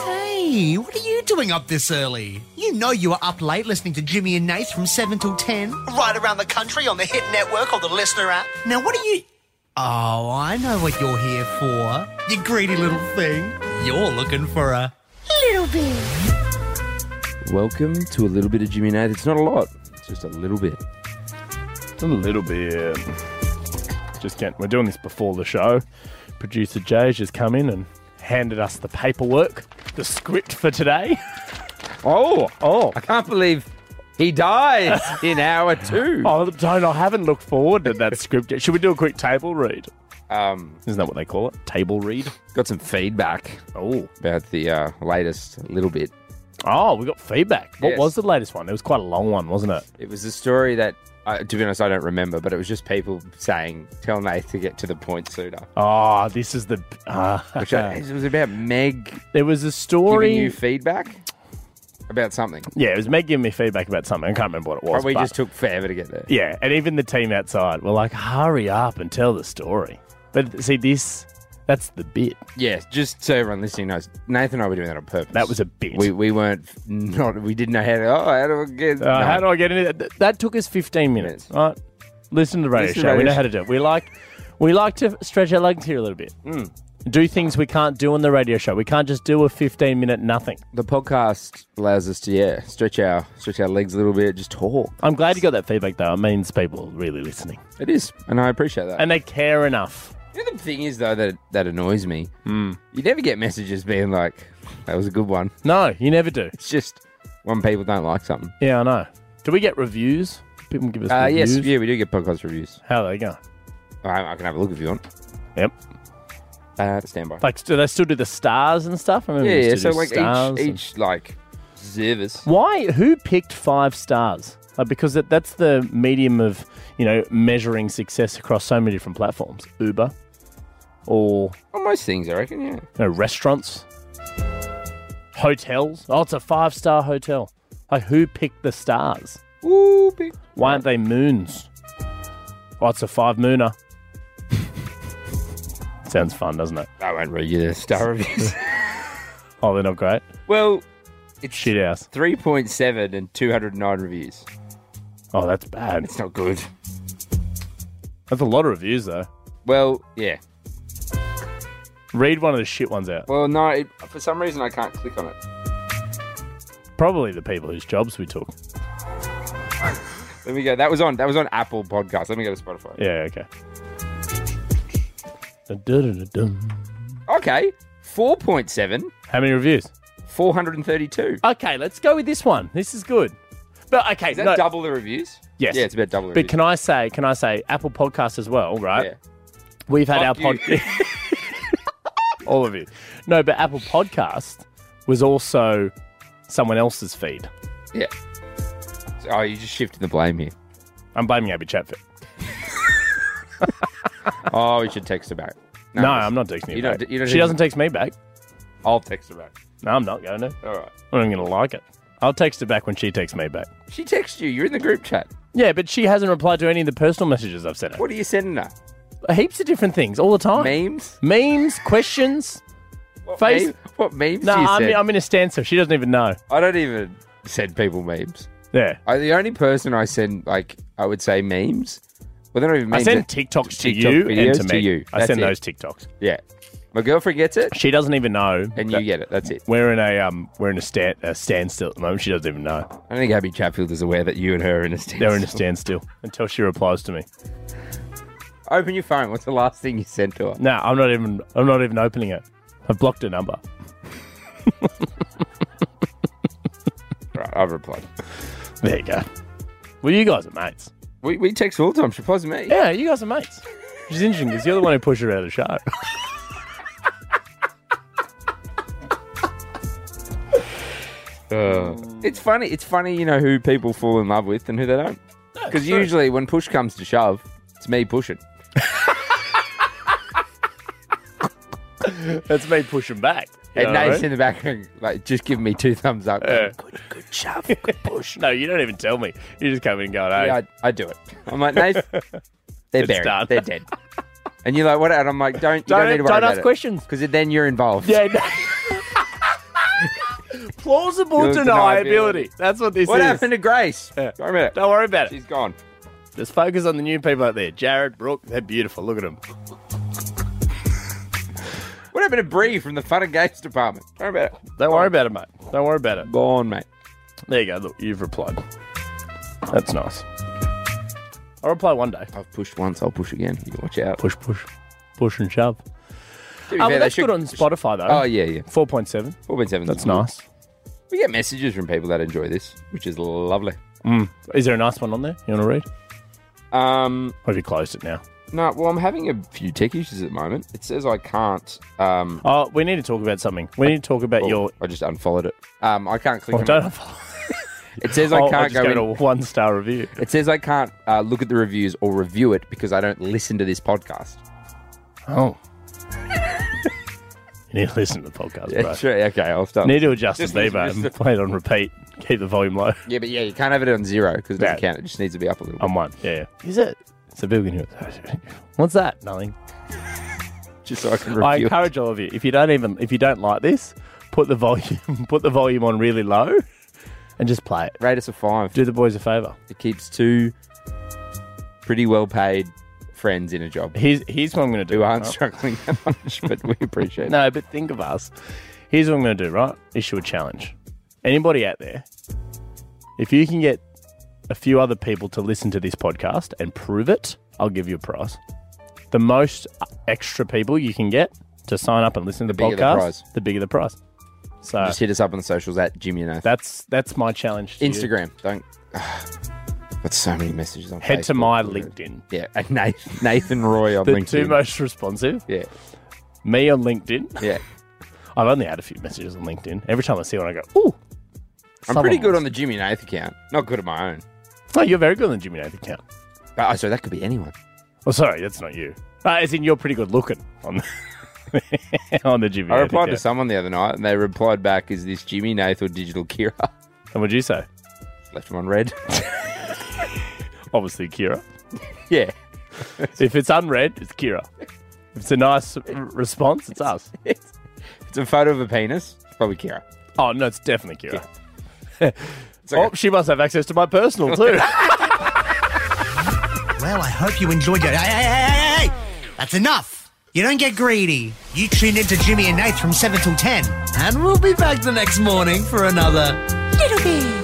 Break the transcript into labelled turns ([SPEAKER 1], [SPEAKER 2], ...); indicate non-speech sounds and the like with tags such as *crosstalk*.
[SPEAKER 1] Hey, what are you doing up this early? You know you were up late listening to Jimmy and Nath from 7 till 10, right around the country on the Hit Network or the Listener app. Now, what are you. Oh, I know what you're here for. You greedy little thing. You're looking for a.
[SPEAKER 2] Little bit.
[SPEAKER 3] Welcome to a little bit of Jimmy Nath. It's not a lot. It's just a little bit.
[SPEAKER 4] Just a little bit. Just get. We're doing this before the show. Producer Jay's just come in and handed us the paperwork, the script for today.
[SPEAKER 3] Oh, *laughs* oh! I can't believe he *laughs* dies in hour two.
[SPEAKER 4] Oh, don't! I haven't looked forward to that script yet. Should we do a quick table read?
[SPEAKER 3] Um,
[SPEAKER 4] Isn't that what they call it? Table read.
[SPEAKER 3] got some feedback
[SPEAKER 4] Oh,
[SPEAKER 3] about the uh, latest little bit.
[SPEAKER 4] oh, we got feedback. What
[SPEAKER 3] Yes.
[SPEAKER 4] was the latest one? It was quite a long one, wasn't it?
[SPEAKER 3] It was a story that, uh, to be honest, I don't remember, but it was just people saying, "Tell Nath to get to the point sooner."
[SPEAKER 4] Oh, this is the. Uh,
[SPEAKER 3] Which I, it was about Meg
[SPEAKER 4] *laughs* there was a story.
[SPEAKER 3] giving you feedback about something.
[SPEAKER 4] yeah, it was Meg giving me feedback about something. I can't remember what it was.
[SPEAKER 3] But we
[SPEAKER 4] but-
[SPEAKER 3] just took forever to get there.
[SPEAKER 4] Yeah, and even the team outside were like, hurry up and tell the story. But see, this, that's the bit.
[SPEAKER 3] Yeah, just so everyone listening knows, Nathan and I were doing that on purpose.
[SPEAKER 4] That was a bit.
[SPEAKER 3] we we weren't *laughs* not we didn't know how to oh how do I get
[SPEAKER 4] uh, How do I get in it? Th- That took us 15 minutes.
[SPEAKER 3] Yes.
[SPEAKER 4] Right? Listen to the radio
[SPEAKER 3] Listen to
[SPEAKER 4] show.
[SPEAKER 3] the
[SPEAKER 4] we
[SPEAKER 3] radio
[SPEAKER 4] know how to do it. We like, we like to stretch our legs here a little bit. Do things we can't do on the radio show. We can't just do a 15 minute nothing.
[SPEAKER 3] the podcast allows us to yeah stretch our stretch our legs a little bit, just talk.
[SPEAKER 4] I'm glad you got that feedback, though. It means people are really listening.
[SPEAKER 3] It is, and I appreciate that.
[SPEAKER 4] And they care enough.
[SPEAKER 3] You know, the thing is though that that annoys me. You never get messages being like, "That was a good one."
[SPEAKER 4] No, you never do.
[SPEAKER 3] It's just when people don't like something.
[SPEAKER 4] Yeah, I know. Do we get reviews? People give us
[SPEAKER 3] Uh, yes,
[SPEAKER 4] reviews.
[SPEAKER 3] yeah, we do get podcast reviews.
[SPEAKER 4] How they go?
[SPEAKER 3] I, I can have a look if you want.
[SPEAKER 4] Yep.
[SPEAKER 3] Uh, stand by.
[SPEAKER 4] Like, do they still do the stars and stuff? I remember
[SPEAKER 3] yeah,
[SPEAKER 4] we
[SPEAKER 3] yeah.
[SPEAKER 4] used to
[SPEAKER 3] So
[SPEAKER 4] do
[SPEAKER 3] like
[SPEAKER 4] stars
[SPEAKER 3] each
[SPEAKER 4] and-
[SPEAKER 3] each like service.
[SPEAKER 4] Why? Who picked five stars? Like, because that, that's the medium of you know measuring success across so many different platforms. Uber, or
[SPEAKER 3] Well, most things, I reckon. Yeah.
[SPEAKER 4] you know, restaurants, hotels. Oh, it's a five star hotel. Like, who picked the stars?
[SPEAKER 3] Ooh, big.
[SPEAKER 4] Why aren't they moons? Oh, it's a five mooner. *laughs* Sounds fun, doesn't it?
[SPEAKER 3] I won't read you the star *laughs* reviews.
[SPEAKER 4] Oh, they're not great.
[SPEAKER 3] well, it's
[SPEAKER 4] Shit house.
[SPEAKER 3] Three point seven and two hundred nine reviews.
[SPEAKER 4] Oh, that's bad.
[SPEAKER 3] It's not good.
[SPEAKER 4] That's a lot of reviews though.
[SPEAKER 3] Well, yeah.
[SPEAKER 4] Read one of the shit ones out.
[SPEAKER 3] Well, no. It, for some reason, I can't click on it.
[SPEAKER 4] Probably the people whose jobs we took.
[SPEAKER 3] Let me go. That was on. That was on Apple Podcast. Let me go to Spotify.
[SPEAKER 4] Yeah, okay. Dun-dun-dun-dun.
[SPEAKER 3] Okay, four point seven,
[SPEAKER 4] How many reviews?
[SPEAKER 3] four hundred and thirty-two.
[SPEAKER 4] Okay, let's go with this one. This is good. But okay,
[SPEAKER 3] Is that
[SPEAKER 4] no,
[SPEAKER 3] double the reviews?
[SPEAKER 4] Yes.
[SPEAKER 3] Yeah, it's about double. The
[SPEAKER 4] but
[SPEAKER 3] reviews.
[SPEAKER 4] can I say, can I say, Apple Podcast as well, right?
[SPEAKER 3] Yeah.
[SPEAKER 4] We've had
[SPEAKER 3] Fuck
[SPEAKER 4] our
[SPEAKER 3] you.
[SPEAKER 4] podcast.
[SPEAKER 3] *laughs*
[SPEAKER 4] *laughs* All of it. No, but Apple Podcast was also someone else's feed.
[SPEAKER 3] Yeah. So- oh, you just shifted the blame
[SPEAKER 4] *laughs*
[SPEAKER 3] here.
[SPEAKER 4] I'm blaming Abby Chatfield.
[SPEAKER 3] Oh, we should text her back.
[SPEAKER 4] No, I'm not texting you,
[SPEAKER 3] You don't-
[SPEAKER 4] back.
[SPEAKER 3] you don't
[SPEAKER 4] she
[SPEAKER 3] even-
[SPEAKER 4] doesn't text me back.
[SPEAKER 3] I'll text her back.
[SPEAKER 4] No, I'm not going to.
[SPEAKER 3] All right.
[SPEAKER 4] I'm not even going to like it. I'll text her back when she texts me back.
[SPEAKER 3] She texts you. You're in the group chat.
[SPEAKER 4] Yeah, but she hasn't replied to any of the personal messages I've sent her.
[SPEAKER 3] What are you sending her?
[SPEAKER 4] Heaps of different things all the time.
[SPEAKER 3] Memes?
[SPEAKER 4] Memes, questions.
[SPEAKER 3] What
[SPEAKER 4] Face-
[SPEAKER 3] meme- What memes
[SPEAKER 4] No,
[SPEAKER 3] do you
[SPEAKER 4] I'm,
[SPEAKER 3] send?
[SPEAKER 4] I'm in a stanza. She doesn't even know.
[SPEAKER 3] I don't even send people memes.
[SPEAKER 4] Yeah.
[SPEAKER 3] I, the only person I send, like, I would say memes. Well, they're not even
[SPEAKER 4] I
[SPEAKER 3] memes.
[SPEAKER 4] send
[SPEAKER 3] they're-
[SPEAKER 4] TikToks to
[SPEAKER 3] TikTok
[SPEAKER 4] you and
[SPEAKER 3] videos
[SPEAKER 4] to me.
[SPEAKER 3] to you.
[SPEAKER 4] I
[SPEAKER 3] That's
[SPEAKER 4] send
[SPEAKER 3] it.
[SPEAKER 4] those TikToks.
[SPEAKER 3] yeah. My girlfriend gets it,
[SPEAKER 4] She doesn't even know.
[SPEAKER 3] and
[SPEAKER 4] that
[SPEAKER 3] you get it. That's it.
[SPEAKER 4] We're in a um, we're in a, stand, a standstill at the moment. She doesn't even know.
[SPEAKER 3] I don't think Abby Chatfield is aware that you and her are in a stand.
[SPEAKER 4] They're in a standstill until she replies to me.
[SPEAKER 3] Open your phone. What's the last thing you sent to her?
[SPEAKER 4] No, I'm not even I'm not even opening it. I've blocked her number.
[SPEAKER 3] Right, I've replied.
[SPEAKER 4] There you go. Well, you guys are mates.
[SPEAKER 3] We, we text all the time. She replies to me.
[SPEAKER 4] Yeah, you guys are mates. Which is interesting because you're the one who pushed her out of the show. *laughs*
[SPEAKER 3] Uh, it's funny. It's funny, you know, who people fall in love with and who they don't. Because usually when push comes to shove, it's me pushing.
[SPEAKER 4] That's me pushing back. You
[SPEAKER 3] And
[SPEAKER 4] know what I
[SPEAKER 3] Nate's
[SPEAKER 4] mean?
[SPEAKER 3] in the background, like, just giving me two thumbs up.
[SPEAKER 4] Yeah.
[SPEAKER 3] Good, good shove, good push.
[SPEAKER 4] *laughs* No, you don't even tell me. You just come in and go, hey,
[SPEAKER 3] Yeah, I, I do it. I'm like,
[SPEAKER 4] *laughs*
[SPEAKER 3] Nate, they're buried.
[SPEAKER 4] done.
[SPEAKER 3] They're dead. And you're like, what? And I'm like, don't, you don't,
[SPEAKER 4] don't,
[SPEAKER 3] need to worry
[SPEAKER 4] don't
[SPEAKER 3] about
[SPEAKER 4] ask questions.
[SPEAKER 3] Because then you're involved.
[SPEAKER 4] Yeah, no. *laughs* plausible
[SPEAKER 3] Good
[SPEAKER 4] deniability.
[SPEAKER 3] deniability.
[SPEAKER 4] That's what this is.
[SPEAKER 3] What happened to Grace?
[SPEAKER 4] Yeah.
[SPEAKER 3] Go a minute.
[SPEAKER 4] Don't worry about it.
[SPEAKER 3] She's gone.
[SPEAKER 4] Just focus on the new people out there. Jared, Brooke, they're beautiful. Look at them.
[SPEAKER 3] What happened to Bree from the Fun and Games department? Don't worry about it.
[SPEAKER 4] Don't worry about it, mate. Don't worry about it.
[SPEAKER 3] Gone, mate.
[SPEAKER 4] There you go. Look, you've replied. That's nice. I'll reply one day.
[SPEAKER 3] I've pushed once. I'll push again. You watch out.
[SPEAKER 4] Push, push, push and shove.
[SPEAKER 3] To be fair,
[SPEAKER 4] Oh,
[SPEAKER 3] they
[SPEAKER 4] but that's
[SPEAKER 3] should-
[SPEAKER 4] good on Spotify though.
[SPEAKER 3] Oh yeah, yeah.
[SPEAKER 4] Four point seven.
[SPEAKER 3] Four point seven.
[SPEAKER 4] That's nice.
[SPEAKER 3] We get messages from people that enjoy this, which is lovely.
[SPEAKER 4] Is there a nice one on there? You want to read?
[SPEAKER 3] Um,
[SPEAKER 4] Or have you closed it now?
[SPEAKER 3] no, well, I'm having a few tech issues at the moment. It says I can't. Um,
[SPEAKER 4] Oh, we need to talk about something. We need to talk about
[SPEAKER 3] oh,
[SPEAKER 4] your.
[SPEAKER 3] I just unfollowed it. Um, I can't click.
[SPEAKER 4] Oh,
[SPEAKER 3] on
[SPEAKER 4] *laughs* don't.
[SPEAKER 3] it.
[SPEAKER 4] I'll
[SPEAKER 3] It says I can't
[SPEAKER 4] just
[SPEAKER 3] go,
[SPEAKER 4] go,
[SPEAKER 3] in.
[SPEAKER 4] to a one star review.
[SPEAKER 3] It says I can't uh, look at the reviews or review it because I don't listen to this podcast.
[SPEAKER 4] Oh. *laughs* you need to listen to the podcast,
[SPEAKER 3] Yeah, *laughs*
[SPEAKER 4] bro.
[SPEAKER 3] sure. Okay, I'll stop.
[SPEAKER 4] Need to adjust
[SPEAKER 3] Just
[SPEAKER 4] the
[SPEAKER 3] need
[SPEAKER 4] B
[SPEAKER 3] to
[SPEAKER 4] button.
[SPEAKER 3] just-
[SPEAKER 4] Play it on repeat. Keep the volume low.
[SPEAKER 3] yeah, but yeah, you can't have it on zero because it doesn't
[SPEAKER 4] Yeah. Um,
[SPEAKER 3] count. It just needs to be up a little. bit.
[SPEAKER 4] On one. Yeah. yeah. Is it? So people can hear it. *laughs* What's that? Nothing.
[SPEAKER 3] just so I can
[SPEAKER 4] I
[SPEAKER 3] review. it.
[SPEAKER 4] encourage all of you. If you don't even if you don't like this, put the volume *laughs* put the volume on really low, and just play it.
[SPEAKER 3] Rate us a five.
[SPEAKER 4] Do the boys a favor.
[SPEAKER 3] It keeps two pretty well-paid friends in a job.
[SPEAKER 4] Here's here's what I'm going to do.
[SPEAKER 3] who aren't struggling that much, but we appreciate it.
[SPEAKER 4] Oh. *laughs* No, but think of us. Here's what I'm going to do. Right, issue a challenge. Anybody out there, if you can get a few other people to listen to this podcast and prove it, I'll give you a prize. The most extra people you can get to sign up and listen to the,
[SPEAKER 3] bigger the
[SPEAKER 4] podcast,
[SPEAKER 3] prize.
[SPEAKER 4] the bigger the prize. So
[SPEAKER 3] Just hit us up on the socials at Jimmy and Nath.
[SPEAKER 4] that's that's my challenge. To you.
[SPEAKER 3] Instagram. Don't. *sighs* Got so many messages on.
[SPEAKER 4] Head to
[SPEAKER 3] Facebook.
[SPEAKER 4] my LinkedIn.
[SPEAKER 3] Yeah, *laughs* and Nathan, Nathan Roy on
[SPEAKER 4] The
[SPEAKER 3] LinkedIn.
[SPEAKER 4] two most responsive.
[SPEAKER 3] Yeah,
[SPEAKER 4] Me on LinkedIn.
[SPEAKER 3] yeah.
[SPEAKER 4] I've only had a few messages on LinkedIn. Every time I see one, I go, ooh.
[SPEAKER 3] I'm
[SPEAKER 4] someone
[SPEAKER 3] pretty good on
[SPEAKER 4] wants-
[SPEAKER 3] the Jimmy and Nath account. Not good at my own.
[SPEAKER 4] Oh, you're very good on the Jimmy Nath account.
[SPEAKER 3] But, oh, so that could be anyone.
[SPEAKER 4] Oh, sorry, that's not you. Uh, as in, you're pretty good looking on the, *laughs* on the Jimmy
[SPEAKER 3] I
[SPEAKER 4] Nath
[SPEAKER 3] replied to
[SPEAKER 4] account.
[SPEAKER 3] someone the other night, and they replied back, "Is this Jimmy Nath or Digital Kira?" *laughs*
[SPEAKER 4] And what'd you say?
[SPEAKER 3] Left them on red. *laughs*
[SPEAKER 4] Obviously, Kira.
[SPEAKER 3] yeah,
[SPEAKER 4] If it's unread, it's Kira. If it's a nice r- response, it's us.
[SPEAKER 3] it's, it's a photo of a penis. It's probably Kira.
[SPEAKER 4] Oh, no, it's definitely Kira.
[SPEAKER 3] It's okay.
[SPEAKER 4] Oh, she must have access to my
[SPEAKER 3] *laughs*
[SPEAKER 4] personal, too.
[SPEAKER 1] Well, I hope you enjoyed your. Hey, hey, hey, hey, hey! That's enough. You don't get greedy. You tune in to Jimmy and Nate from 7 till 10. And we'll be back the next morning for another
[SPEAKER 2] Little bit.